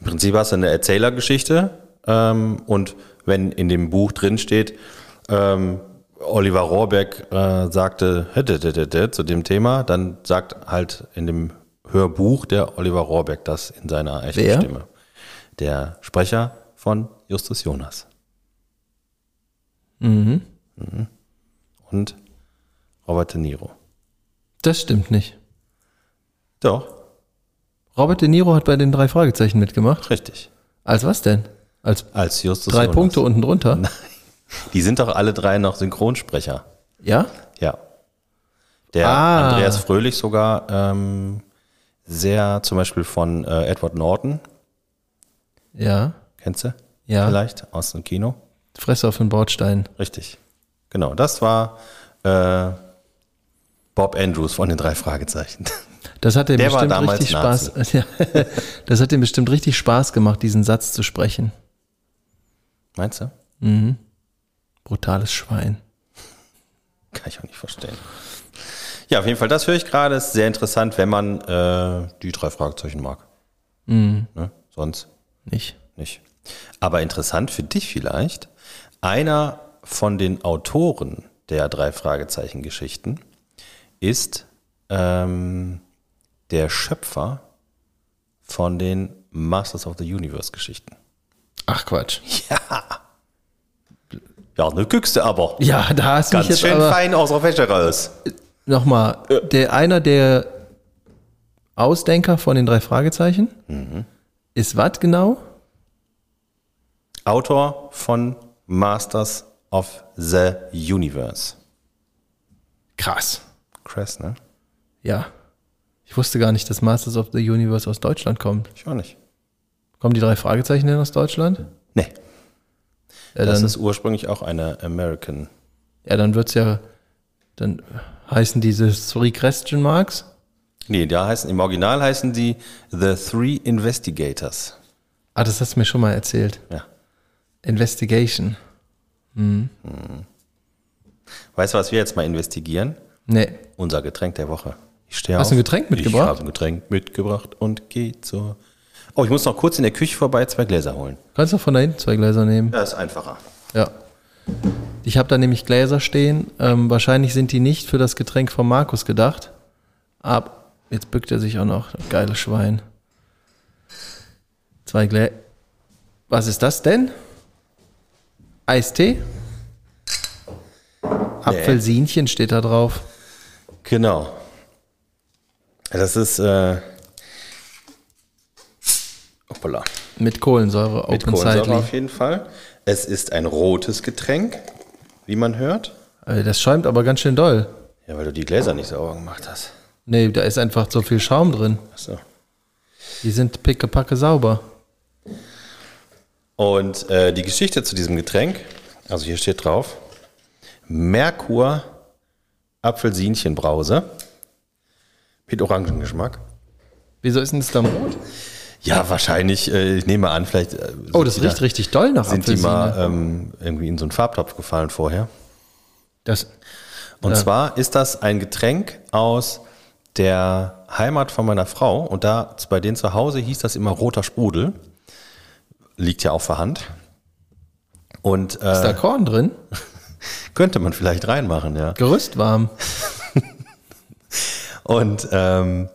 B: im Prinzip hast du eine Erzählergeschichte ähm, und wenn in dem Buch drin steht, ähm, Oliver Rohrbeck äh, sagte hä, dä, dä, dä, dä, zu dem Thema, dann sagt halt in dem Hörbuch der Oliver Rohrbeck das in seiner echten
A: Wer?
B: Stimme. Der Sprecher von Justus Jonas. Mhm. Und Robert De Niro.
A: Das stimmt nicht.
B: Doch,
A: Robert De Niro hat bei den drei Fragezeichen mitgemacht.
B: richtig.
A: Als was denn? Als
B: Als Justus
A: drei
B: Jonas.
A: Punkte unten drunter?
B: Die sind doch alle drei noch Synchronsprecher.
A: Ja?
B: Ja. Der
A: Ah.
B: Andreas Fröhlich sogar ähm, sehr, zum Beispiel von äh, Edward Norton,
A: Ja.
B: kennst du?
A: Ja.
B: Vielleicht aus dem Kino.
A: Fresse auf den Bordstein.
B: Richtig. Genau, das war äh, Bob Andrews von den drei Fragezeichen. (laughs)
A: Das hat ihm
B: Der war
A: bestimmt
B: damals
A: richtig Spaß. (laughs) Ja, das hat ihm bestimmt richtig Spaß gemacht, diesen Satz zu sprechen.
B: Meinst du?
A: Brutales Schwein.
B: Kann ich auch nicht verstehen. Ja, auf jeden Fall, das höre ich gerade. Ist sehr interessant, wenn man äh, die drei Fragezeichen mag.
A: Mhm.
B: Ne? Sonst
A: Nicht.
B: nicht. Aber interessant für dich vielleicht, einer von den Autoren der drei Fragezeichen Geschichten ist ähm, der Schöpfer von den Masters of the Universe Geschichten.
A: Ach Quatsch.
B: Ja, ne Küchste aber.
A: Ja, da hast du mich
B: Ganz
A: jetzt
B: schön
A: aber
B: fein aus der Wäsche raus.
A: nochmal. Der einer der Ausdenker von den drei Fragezeichen
B: Mhm.
A: ist was genau?
B: Autor von Masters of the Universe.
A: Krass.
B: Krass, ne?
A: Ja. Ich wusste gar nicht, dass Masters of the Universe aus Deutschland kommt.
B: Ich auch nicht.
A: Kommen die drei Fragezeichen denn aus Deutschland?
B: Nee,
A: Ja,
B: das
A: dann,
B: ist ursprünglich auch eine American.
A: ja, dann wird's ja, dann heißen diese Three Question Marks.
B: Nee, da heißen, im Original heißen die The Three Investigators.
A: Ah, das hast du mir schon mal erzählt.
B: Ja.
A: Investigation.
B: Weißt du, was wir jetzt mal investigieren?
A: Nee.
B: Unser Getränk der Woche. Ich stehe
A: Hast
B: auf.
A: du ein Getränk
B: Ich
A: mitgebracht?
B: habe ein Getränk mitgebracht und gehe zur. Oh, ich muss noch kurz in der Küche vorbei zwei Gläser holen.
A: Kannst du von da hinten zwei Gläser nehmen?
B: Das ist einfacher.
A: Ja. Ich habe da nämlich Gläser stehen. Ähm, wahrscheinlich sind die nicht für das Getränk von Markus gedacht. Ab. Jetzt bückt er sich auch noch. Das Geile Schwein. Zwei Gläser. Was ist das denn? Eistee? Apfelsinchen steht da drauf.
B: Genau. Das ist. Äh, hoppala.
A: Mit Kohlensäure,
B: Mit
A: Open
B: Kohlensäure
A: Sidely.
B: auf jeden Fall. Es ist ein rotes Getränk, wie man hört.
A: Also Das schäumt aber ganz schön doll.
B: Ja, weil du die Gläser nicht sauber gemacht hast.
A: Nee, da ist einfach so viel Schaum drin.
B: Achso.
A: Die sind pickepacke sauber.
B: Und äh, die Geschichte zu diesem Getränk, also hier steht drauf, Merkur Apfelsinchenbrause mit Orangengeschmack.
A: Wieso ist denn das dann rot?
B: Ja, wahrscheinlich, äh, ich nehme an, vielleicht äh,
A: Oh,
B: sind
A: das
B: die da-
A: riecht richtig doll nach
B: sind die
A: Apfelsine.
B: mal ähm, irgendwie in so einen Farbtopf gefallen vorher.
A: das,
B: Und zwar ist das ein Getränk aus der Heimat von meiner Frau. Und da bei denen zu Hause hieß das immer roter Sprudel. Liegt ja auch vor Hand. Und
A: ist da
B: äh,
A: Korn drin?
B: könnte man vielleicht reinmachen, ja.
A: Gerüstwarm.
B: Und ähm,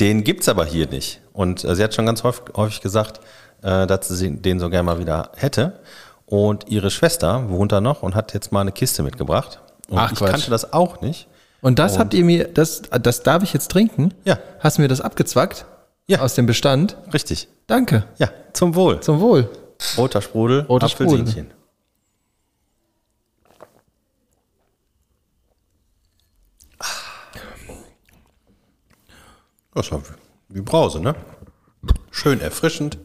B: den gibt's aber hier nicht. Und äh, sie hat schon ganz häufig, häufig gesagt, äh, dass sie den so gerne mal wieder hätte. Und ihre Schwester wohnt da noch und hat jetzt mal eine Kiste mitgebracht. Und
A: Ach,
B: ich
A: Quatsch.
B: kannte das auch nicht.
A: Und das habt ihr mir, das, das darf ich jetzt trinken?
B: Ja.
A: Hast du mir das abgezwackt?
B: Ja.
A: Aus dem Bestand?
B: Richtig.
A: Danke.
B: Ja, zum Wohl.
A: Zum Wohl.
B: Roter Sprudel,
A: Roter
B: Apfelsinchen. Das war wie Brause, ne? Schön erfrischend.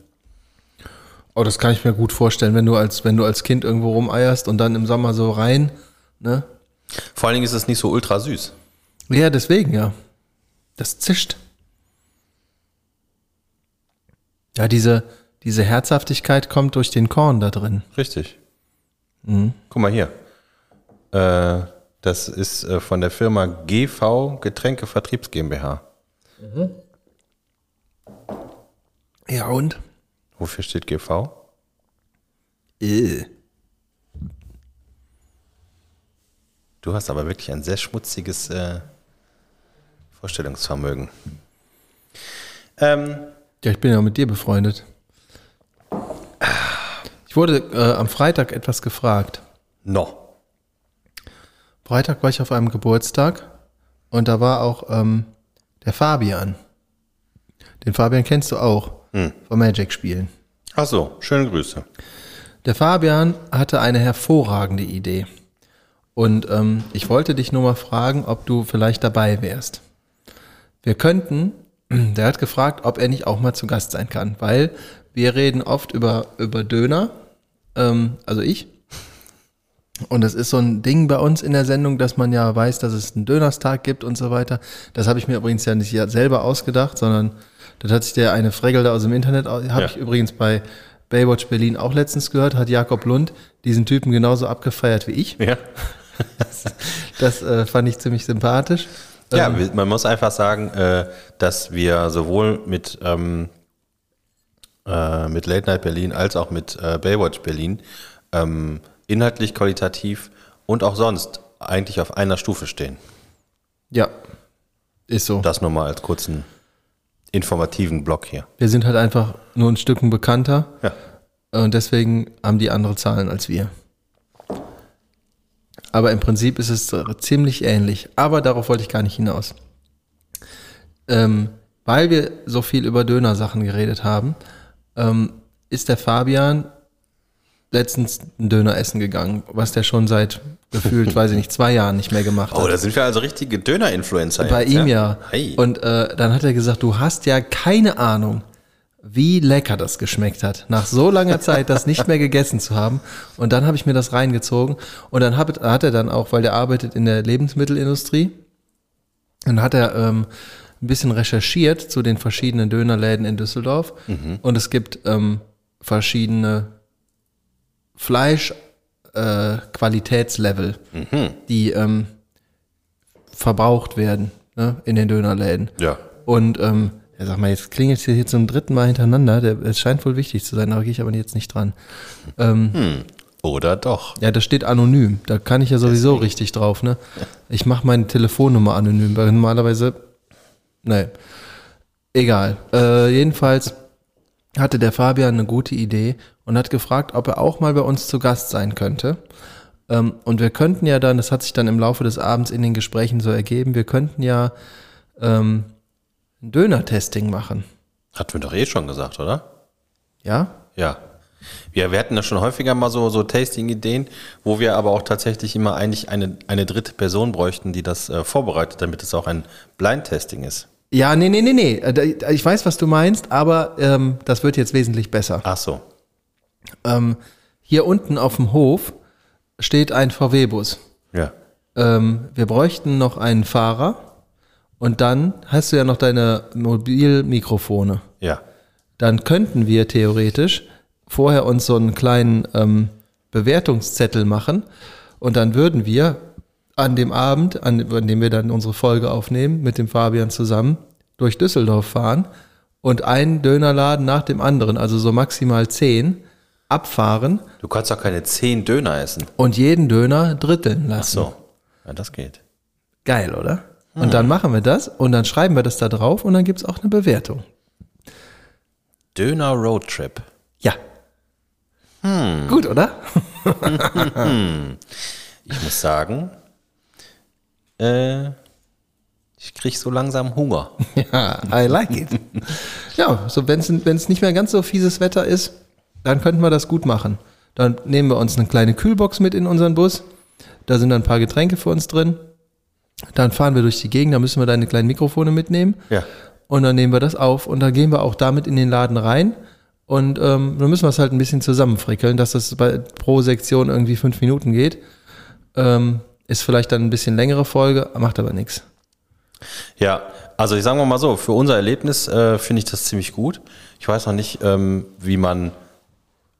A: Oh, das kann ich mir gut vorstellen, wenn du als, wenn du als Kind irgendwo rumeierst und dann im Sommer so rein, ne?
B: Vor allen Dingen ist es nicht so ultra süß.
A: Ja, deswegen, ja. Das zischt. Ja, diese, diese Herzhaftigkeit kommt durch den Korn da drin.
B: Richtig. Guck mal hier. Äh, das ist äh, von der Firma GV Getränkevertriebs GmbH.
A: Ja, und?
B: Wofür steht GV?
A: Äh.
B: Du hast aber wirklich ein sehr schmutziges äh, Vorstellungsvermögen. Ähm,
A: Ja, ich bin ja mit dir befreundet. Ich wurde äh, am Freitag etwas gefragt.
B: no.
A: Freitag war ich auf einem Geburtstag und da war auch ähm, der Fabian. Den Fabian kennst du auch vom Magic-Spielen.
B: Ach so, schöne Grüße.
A: Der Fabian hatte eine hervorragende Idee. Und ähm, ich wollte dich nur mal fragen, ob du vielleicht dabei wärst. Wir könnten, (clears throat) der hat gefragt, ob er nicht auch mal zu Gast sein kann, weil wir reden oft über, über Döner, ähm, also ich. Und das ist so ein Ding bei uns in der Sendung, dass man ja weiß, dass es einen Dönerstag gibt und so weiter. Das habe ich mir übrigens ja nicht selber ausgedacht, sondern das hat sich der eine Fregel da aus dem Internet, habe
B: Ja.
A: ich übrigens bei Baywatch Berlin auch letztens gehört, hat Jakob Lund diesen Typen genauso abgefeiert wie
B: (laughs)
A: ich.
B: Ja.
A: Das äh, fand ich ziemlich sympathisch.
B: Ja, wir- man muss einfach sagen, äh, dass wir sowohl mit, ähm, äh, mit Late Night Berlin als auch mit äh, Baywatch Berlin ähm, inhaltlich, qualitativ und auch sonst eigentlich auf einer Stufe stehen.
A: Ja, ist so.
B: Das nur mal als kurzen informativen Block hier.
A: Wir sind halt einfach nur ein Stücken bekannter
B: Ja.
A: und Äh, deswegen haben die andere Zahlen als wir. Aber im Prinzip ist es ziemlich ähnlich. Aber darauf wollte ich gar nicht hinaus. Ähm, weil wir so viel über Dönersachen geredet haben, ähm, ist der Fabian letztens ein Döner essen gegangen, was der schon seit gefühlt, weiß ich nicht, zwei Jahren nicht mehr gemacht hat.
B: Oh, da sind wir also richtige Döner-Influencer.
A: Bei
B: jetzt,
A: ihm ja.
B: Hey.
A: Und äh, dann hat er gesagt, du hast ja keine Ahnung, wie lecker das geschmeckt hat, nach so langer Zeit das nicht mehr gegessen zu haben. Und dann habe ich mir das reingezogen. Und dann hab, hat er dann auch, weil der arbeitet in der Lebensmittelindustrie, dann hat er ähm, ein bisschen recherchiert zu den verschiedenen Dönerläden in Düsseldorf. Und es gibt ähm, verschiedene Fleisch-Qualitätslevel, die ähm, verbraucht werden ne, in den Dönerläden.
B: ja.
A: Und ähm, ja, sag mal, jetzt klingelt es hier zum dritten Mal hintereinander. Der, es scheint wohl wichtig zu sein, da gehe ich aber jetzt nicht dran.
B: Oder doch.
A: Ja, da steht anonym. Da kann ich ja sowieso richtig drauf, ne? Ich mache meine Telefonnummer anonym, weil normalerweise. Nee. Egal. Äh, jedenfalls hatte der Fabian eine gute Idee und hat gefragt, ob er auch mal bei uns zu Gast sein könnte. Ähm, und wir könnten ja dann, das hat sich dann im Laufe des Abends in den Gesprächen so ergeben, wir könnten ja ähm, ein Döner-Testing machen.
B: Hatten wir doch eh schon gesagt, oder?
A: Ja?
B: Ja. Ja, wir hatten ja schon häufiger mal so, so Tasting-Ideen, wo wir aber auch tatsächlich immer eigentlich eine, eine dritte Person bräuchten, die das äh, vorbereitet, damit es auch ein Blind-Tasting ist.
A: Ja, nee, nee, nee, nee. Äh, da- Ich weiß, was du meinst, aber ähm, das wird jetzt wesentlich besser.
B: Ach so.
A: Ähm, hier unten auf dem Hof steht ein VW-Bus.
B: Ja.
A: Ähm, wir bräuchten noch einen Fahrer und dann hast du ja noch deine Mobilmikrofone.
B: Ja.
A: Dann könnten wir theoretisch vorher uns so einen kleinen ähm, Bewertungszettel machen und dann würden wir an dem Abend, an, an dem wir dann unsere Folge aufnehmen, mit dem Fabian zusammen durch Düsseldorf fahren und einen Dönerladen nach dem anderen, also so maximal zehn, abfahren
B: Du kannst doch keine zehn Döner essen.
A: und jeden Döner dritteln lassen.
B: So. Ja, das geht.
A: Geil, oder? Und dann machen wir das und dann schreiben wir das da drauf und dann gibt's auch eine Bewertung.
B: Döner Roadtrip.
A: Ja. Gut, oder?
B: Ich muss sagen, äh, ich krieg so langsam Hunger.
A: (laughs) Ja, I like it. ja, so wenn es nicht mehr ganz so fieses Wetter ist, dann könnten wir das gut machen. Dann nehmen wir uns eine kleine Kühlbox mit in unseren Bus. Da sind dann ein paar Getränke für uns drin. Dann fahren wir durch die Gegend, da müssen wir deine kleinen Mikrofone mitnehmen.
B: Ja.
A: Und dann nehmen wir das auf und dann gehen wir auch damit in den Laden rein. Und ähm, dann müssen wir es halt ein bisschen zusammenfrickeln, dass das bei, pro Sektion irgendwie fünf Minuten geht. Ähm, ist vielleicht dann ein bisschen längere Folge, macht aber nichts.
B: Ja, also ich sagen wir mal so, für unser Erlebnis äh, finde ich das ziemlich gut. Ich weiß noch nicht, ähm, wie man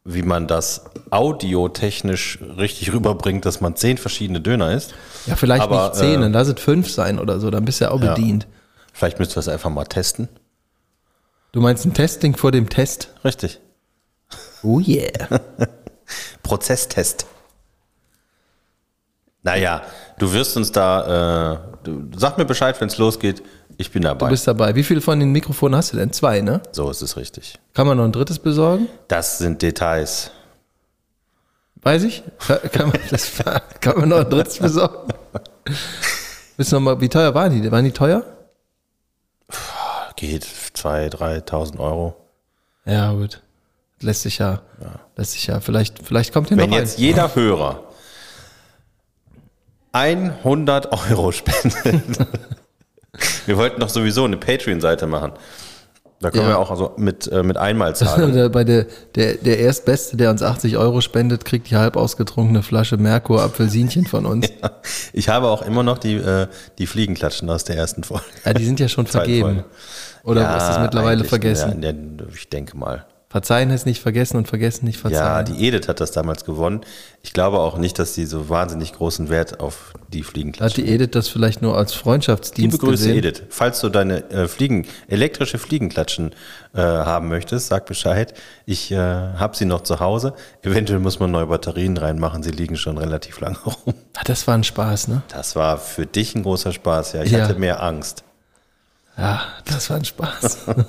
B: wie man das audiotechnisch richtig rüberbringt, dass man zehn verschiedene Döner isst.
A: Ja, vielleicht
B: Aber,
A: nicht zehn,
B: äh,
A: dann lass es fünf sein oder so, dann bist du ja auch
B: Ja.
A: bedient.
B: Vielleicht müsst ihr das einfach mal testen.
A: Du meinst ein Testing vor dem Test?
B: Richtig.
A: Oh yeah.
B: (laughs) Prozesstest. Naja, du wirst uns da, äh, du, sag mir Bescheid, wenn es losgeht. Ich bin
A: Du
B: dabei.
A: bist dabei. Wie viele von den Mikrofonen hast du denn? Zwei, ne?
B: So ist es richtig.
A: Kann man noch ein drittes besorgen?
B: Das sind Details.
A: Weiß ich. (laughs) Kann man, das, kann man noch ein drittes besorgen? Wissen wir mal, wie teuer waren die? Waren die teuer?
B: Geht 2.000, 3.000 Euro.
A: Ja, gut. Lässt sich ja. Lässt sich ja. Vielleicht, vielleicht kommt hier
B: Wenn
A: noch
B: jetzt
A: ein.
B: jeder Hörer 100
A: (laughs)
B: Euro spendet. Wir wollten doch sowieso eine Patreon-Seite machen. Da können
A: Ja.
B: wir auch also mit, äh,
A: (laughs)
B: mit Einmalzahlung.
A: Oder Bei der, der, der Erstbeste, der uns 80 Euro spendet, kriegt die halb ausgetrunkene Flasche Merkur Apfelsinchen von uns. Ja.
B: ne? ich habe auch immer noch die, äh, die Fliegenklatschen aus der ersten Folge.
A: die sind ja schon vergeben.
B: Folge.
A: Oder
B: Ja,
A: ist das mittlerweile
B: eigentlich,
A: vergessen?
B: Ja, ja, ich denke mal.
A: Verzeihen heißt nicht vergessen und vergessen nicht
B: Ja,
A: verzeihen.
B: die Edith hat das damals gewonnen. Ich glaube auch nicht, dass die so wahnsinnig großen Wert auf die
A: Hat
B: Fliegenklatschen.
A: die Edith das vielleicht nur als Freundschaftsdienst
B: Liebe Grüße,
A: gesehen?
B: Edith. Falls du deine äh, Fliegen, elektrische Fliegenklatschen äh, haben möchtest, sag Bescheid. Ich äh, habe sie noch zu Hause. Eventuell muss man neue Batterien reinmachen. Sie liegen schon relativ lange (laughs) rum.
A: Ah, das war ein Spaß, ne?
B: Das war für dich ein großer Spaß. Ja, ich
A: Ja.
B: hatte mehr Angst.
A: Ja, das war ein Spaß.
B: (laughs)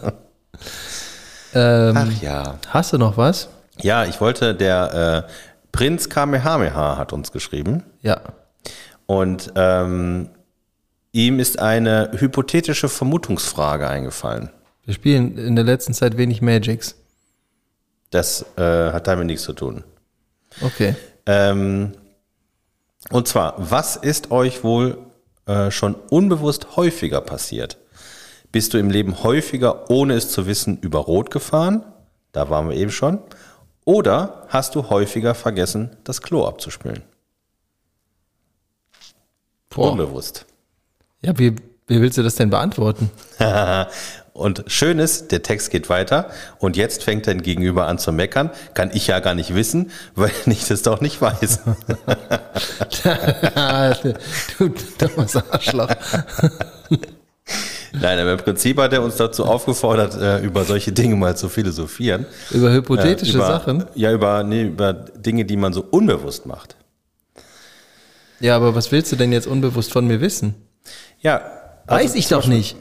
A: ähm,
B: Ach ja.
A: hast du noch was?
B: Hm. Ja, ich wollte, der äh, Prinz Kamehameha hat uns geschrieben.
A: Ja.
B: Und ähm, ihm ist eine hypothetische Vermutungsfrage eingefallen.
A: Wir spielen in der letzten Zeit wenig Magics.
B: Das äh, hat damit nichts zu tun.
A: Okay.
B: Ähm, und zwar, was ist euch wohl äh, schon unbewusst häufiger passiert? Bist du im Leben häufiger, ohne es zu wissen, über Rot gefahren? Da waren wir eben schon. Oder hast du häufiger vergessen, das Klo abzuspülen? Unbewusst.
A: Ja, wie, wie willst du das denn
B: (laughs)
A: beantworten? (laughs)
B: Und schön ist, der Text geht weiter und jetzt fängt dein Gegenüber an zu meckern. Kann ich ja gar nicht wissen, (laughs) weil ich das doch nicht weiß.
A: du dummes Arschloch.
B: Nein, aber im Prinzip hat er uns dazu aufgefordert, äh, über solche Dinge mal zu philosophieren.
A: Über hypothetische
B: über,
A: Sachen.
B: Ja, über, nee, über Dinge, die man so unbewusst macht.
A: Ja, aber was willst du denn jetzt unbewusst von mir wissen?
B: Ja,
A: Weiß
B: also
A: ich doch nicht.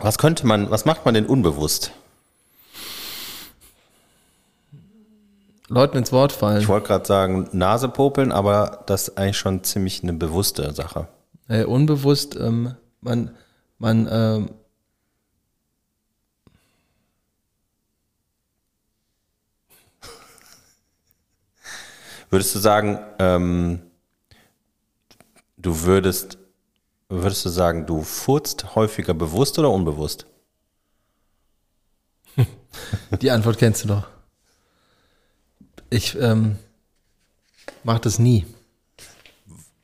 B: was könnte man, was macht man denn unbewusst?
A: Leuten ins Wort fallen.
B: Ich wollte gerade sagen, Nase popeln, aber das ist eigentlich schon ziemlich eine bewusste Sache.
A: Äh, unbewusst, ähm, man, man, ähm,
B: Würdest du sagen, ähm, du würdest, würdest du sagen, du furzt häufiger bewusst oder unbewusst?
A: die Antwort kennst du doch. Ich ähm, mach das nie.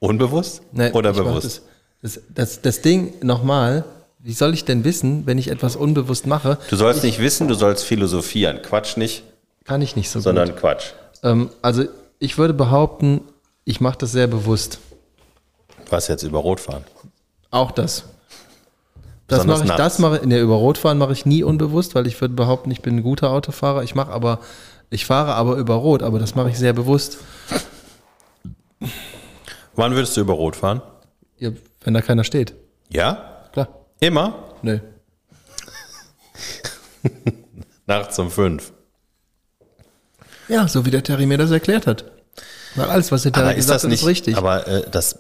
B: Unbewusst
A: Nee,
B: oder
A: ich mach
B: bewusst?
A: Das, das, das, das Ding nochmal, wie soll ich denn wissen, wenn ich etwas unbewusst mache,
B: Du sollst nicht wissen, du sollst philosophieren. Quatsch nicht,
A: kann ich nicht so gut.
B: sondern Quatsch.
A: Ähm, also ich würde behaupten, ich mache das sehr bewusst.
B: Was jetzt über Rot fahren?
A: Auch das. Das
B: Besonders
A: mache ich,
B: nachts.
A: das mache in der über Rot fahren mache ich nie unbewusst, weil ich würde behaupten, ich bin ein guter Autofahrer. Ich mache aber, ich fahre aber über Rot, aber das mache ich sehr bewusst.
B: Wann würdest du über Rot fahren?
A: Ja, wenn da keiner steht.
B: Ja?
A: Klar.
B: Immer?
A: Nö.
B: Nachts um fünf.
A: Ja, so wie der Terry mir das erklärt hat. Weil alles, was der Terry
B: Aber ist
A: gesagt
B: das
A: hat,
B: nicht
A: ist richtig.
B: Aber äh, das,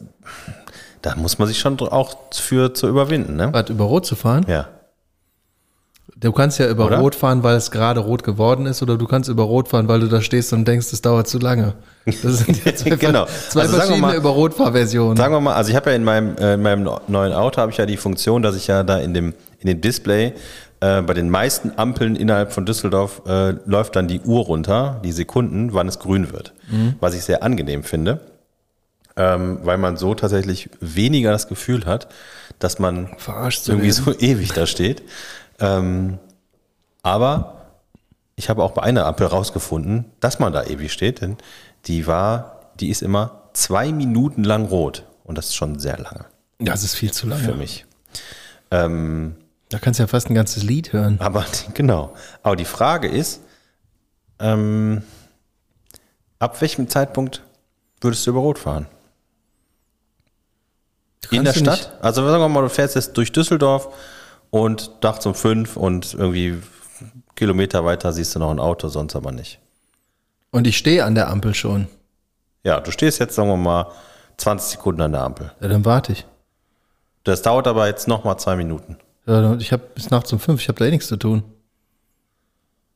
B: da muss man sich schon dr- auch für zu überwinden, ne?
A: Was, über Rot zu fahren?
B: Ja.
A: Du kannst ja über
B: Oder?
A: Rot fahren, weil es gerade rot geworden ist, oder du kannst über Rot fahren, weil du da stehst und denkst, es dauert zu lange. Das sind
B: (laughs)
A: ja zwei,
B: Genau.
A: zwei
B: Also sagen wir
A: verschiedene
B: mal-
A: über Rotfahrversionen.
B: Sagen wir mal, also ich habe ja in meinem, äh, in meinem neuen Auto habe ich ja die Funktion, dass ich ja da in dem, in dem Display äh, bei den meisten Ampeln innerhalb von Düsseldorf äh, läuft dann die Uhr runter, die Sekunden, wann es grün wird. Was ich sehr angenehm finde, ähm, weil man so tatsächlich weniger das Gefühl hat, dass man
A: Verarscht zu
B: irgendwie
A: werden.
B: so (laughs) ewig da steht. Ähm, aber ich habe auch bei einer Ampel rausgefunden, dass man da ewig steht, denn die war, die ist immer zwei Minuten lang rot. Und das ist schon sehr lange
A: Das ist viel zu
B: für
A: lange.
B: mich. Ähm,
A: Da kannst du ja fast ein ganzes Lied hören.
B: aber (laughs) genau. Aber die Frage ist, ähm, ab welchem Zeitpunkt würdest du über Rot fahren? In der
A: Kannst du
B: Stadt? Also sagen wir mal, du fährst jetzt durch Düsseldorf und nachts um fünf und irgendwie Kilometer weiter siehst du noch ein Auto, sonst aber nicht.
A: Und ich stehe an der Ampel schon.
B: Ja, du stehst jetzt, sagen wir mal, 20 Sekunden an der Ampel.
A: Ja, dann warte ich.
B: Das dauert aber jetzt nochmal zwei Minuten.
A: Ja, dann- Ich habe bis nachts um fünf, ich habe da eh nichts zu tun.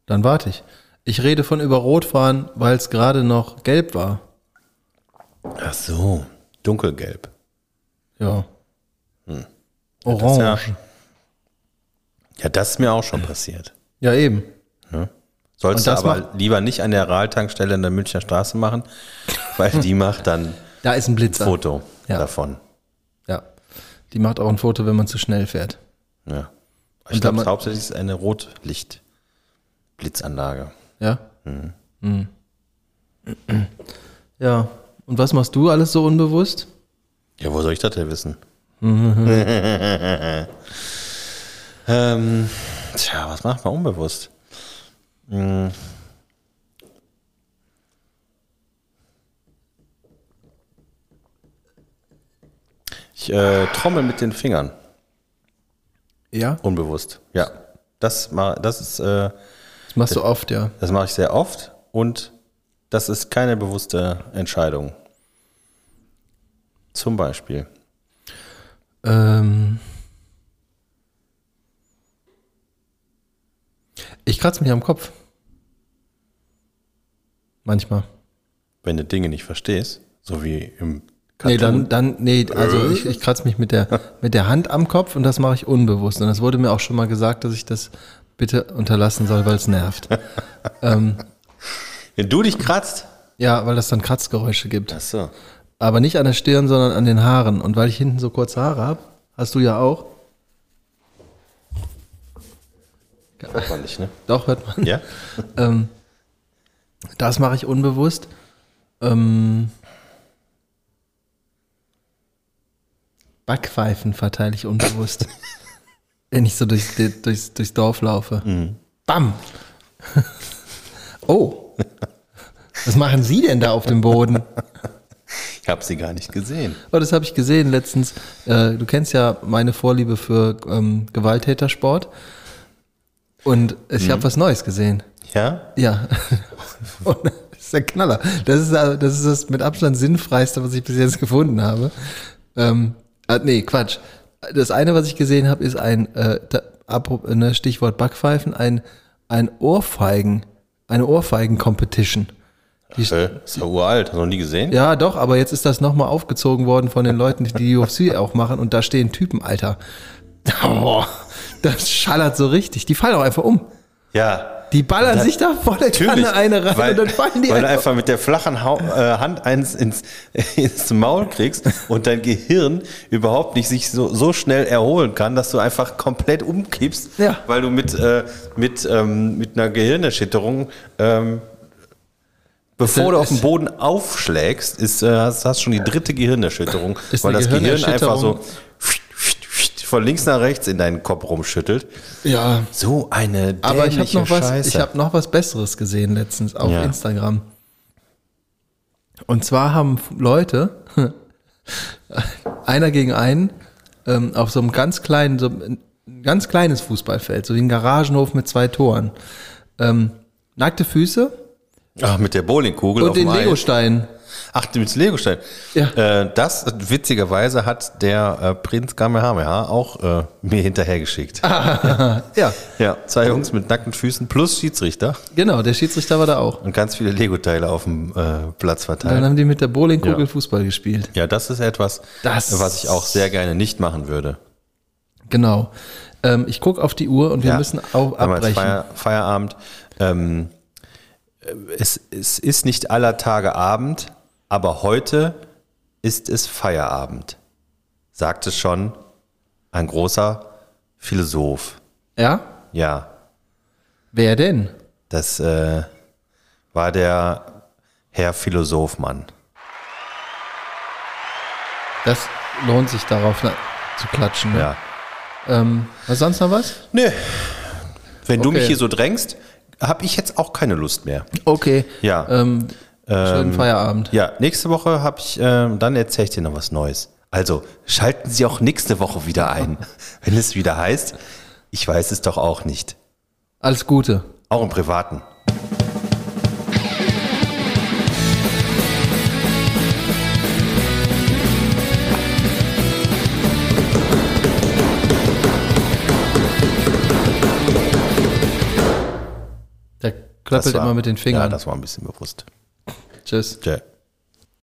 A: Dann warte ich. Ich rede von über Rot fahren, weil es gerade noch gelb war.
B: Ach so. Dunkelgelb.
A: Ja.
B: Hm. Das ist
A: Orange.
B: ja, Oh. Ja, das ist mir auch schon passiert. ne?
A: Ja, eben. Und
B: Sollst du
A: das
B: aber lieber nicht an der Rahltankstelle in der Münchner Straße machen, weil die macht (laughs) dann
A: Da ist ein Blitzer.
B: ein Foto
A: Ja.
B: davon.
A: Ja. Die macht auch ein Foto, wenn man zu schnell fährt.
B: Ja.
A: Und
B: Ich glaube,
A: dann-
B: hauptsächlich ist es eine Rotlichtblitzanlage.
A: Ja?
B: Hm.
A: Mhm. Ja. Und was machst du alles so unbewusst?
B: Ja, wo soll ich das denn wissen? ähm, tja, was macht man unbewusst? Hm. Ich äh, trommel mit den Fingern,
A: Ja.
B: unbewusst. Ja, das, ma- das, ist, äh,
A: Das machst du oft, ja.
B: das mache ich sehr oft und das ist keine bewusste Entscheidung. Zum Beispiel.
A: Ähm ich kratze mich am Kopf. Manchmal.
B: wenn du Dinge nicht verstehst, so wie im
A: Nee,
B: Cartoon.
A: dann, dann, nee, also ich, ich kratze mich mit (laughs) der, mit der Hand am Kopf und das mache ich unbewusst. Und das wurde mir auch schon mal gesagt, dass ich das bitte unterlassen soll, weil es (laughs) nervt.
B: Wenn du dich kratzt.
A: Ja, weil das dann Kratzgeräusche gibt.
B: Achso.
A: Aber nicht an der Stirn, sondern an den Haaren. Und weil ich hinten so kurze Haare habe, hast du ja auch.
B: Hört man nicht, ne?
A: Doch, hört man.
B: Ja?
A: Ähm, das mache ich unbewusst. Ähm, Backpfeifen verteile ich unbewusst. wenn ich so durchs, durchs, durchs Dorf laufe. Bam! (laughs) oh! Was machen Sie denn da auf dem Boden?
B: Ich habe sie gar nicht gesehen.
A: Oh, das habe ich gesehen letztens. Äh, du kennst ja meine Vorliebe für ähm, Gewalttätersport. Und ich habe was Neues gesehen.
B: Ja?
A: Ja. (laughs) Und das ist der Knaller. Das ist, äh, das ist das mit Abstand sinnfreiste, was ich bis jetzt gefunden habe. Ähm, ah, nee, Quatsch. Das eine, was ich gesehen habe, ist ein, äh, da, apro- äh, ne, Stichwort Backpfeifen, ein, ein Ohrfeigen, eine Ohrfeigen-Competition. Die,
B: Äh, ist ja uralt, hast du noch nie gesehen?
A: ja, doch, aber jetzt ist das nochmal aufgezogen worden von den Leuten, die die UFC auch machen und da stehen Typen, Alter. Boah, das schallert so richtig. Die fallen auch einfach um.
B: Ja.
A: Die ballern sich da volle Kanne eine rein
B: weil,
A: und dann fallen die
B: weil du
A: einfach.
B: einfach mit der flachen Hau äh, Hand eins ins, (laughs) ins Maul kriegst und dein Gehirn überhaupt nicht sich so, so schnell erholen kann, dass du einfach komplett umkippst,
A: Ja.
B: weil du mit, äh, mit, ähm, mit einer Gehirnerschütterung ähm, Bevor du auf den Boden aufschlägst, ist, äh, hast, hast schon die dritte Gehirnerschütterung,
A: Ist
B: weil
A: eine
B: das Gehirn einfach so (laughs)
A: Gehirnerschütterung-
B: von links nach rechts in deinen Kopf rumschüttelt.
A: Ja,
B: So eine dämliche
A: aber ich habe noch was,
B: Scheiße.
A: ich habe noch was Besseres gesehen letztens auf
B: Ja.
A: Instagram. Und zwar haben F- Leute (laughs) einer gegen einen ähm, auf so einem ganz kleinen, so ein ganz kleines Fußballfeld, so wie ein Garagenhof mit zwei Toren, ähm, nackte Füße
B: Ach, mit der Bowlingkugel
A: und
B: auf
A: den
B: dem Eis.
A: Legostein. (laughs)
B: Ach, mit dem Legostein.
A: Ja.
B: Äh, das, witzigerweise, hat der äh, Prinz Kamehameha auch äh, mir hinterhergeschickt.
A: Ah. Ja,
B: Ja, zwei Jungs mit nackten Füßen plus Schiedsrichter
A: genau, der Schiedsrichter war da auch.
B: und ganz viele Lego-Teile auf dem äh, Platz
A: Und
B: verteilt.
A: dann haben die mit der Bowlingkugel
B: Ja.
A: Fußball gespielt.
B: Ja, das ist etwas,
A: Das-
B: was ich auch sehr gerne nicht machen würde.
A: Genau. Ähm, ich gucke auf die Uhr und wir
B: Ja.
A: müssen auch
B: Wenn man
A: abbrechen.
B: jetzt Feier, Feierabend. Ähm, es, es ist nicht aller Tage Abend, aber heute ist es Feierabend, sagte schon ein großer Philosoph.
A: Ja?
B: Ja,
A: Wer denn?
B: das äh, war der Herr Philosophmann.
A: Das lohnt sich darauf na, zu klatschen. Ne?
B: Ja.
A: Ähm, was sonst noch was?
B: Nö, wenn du
A: Okay.
B: mich hier so drängst, habe ich jetzt auch keine Lust mehr.
A: Okay.
B: Ja.
A: Ähm, schönen Feierabend.
B: Ja, nächste Woche habe ich, ähm, dann erzähle ich dir noch was Neues. Also schalten Sie auch nächste Woche wieder ein, (laughs) wenn es wieder heißt, ich weiß es doch auch nicht.
A: Alles Gute.
B: Auch im Privaten.
A: Der klöppelt
B: war-
A: immer mit den
B: Ja,
A: Fingern.
B: das war ein bisschen bewusst.
A: Tschüss.
B: Ja.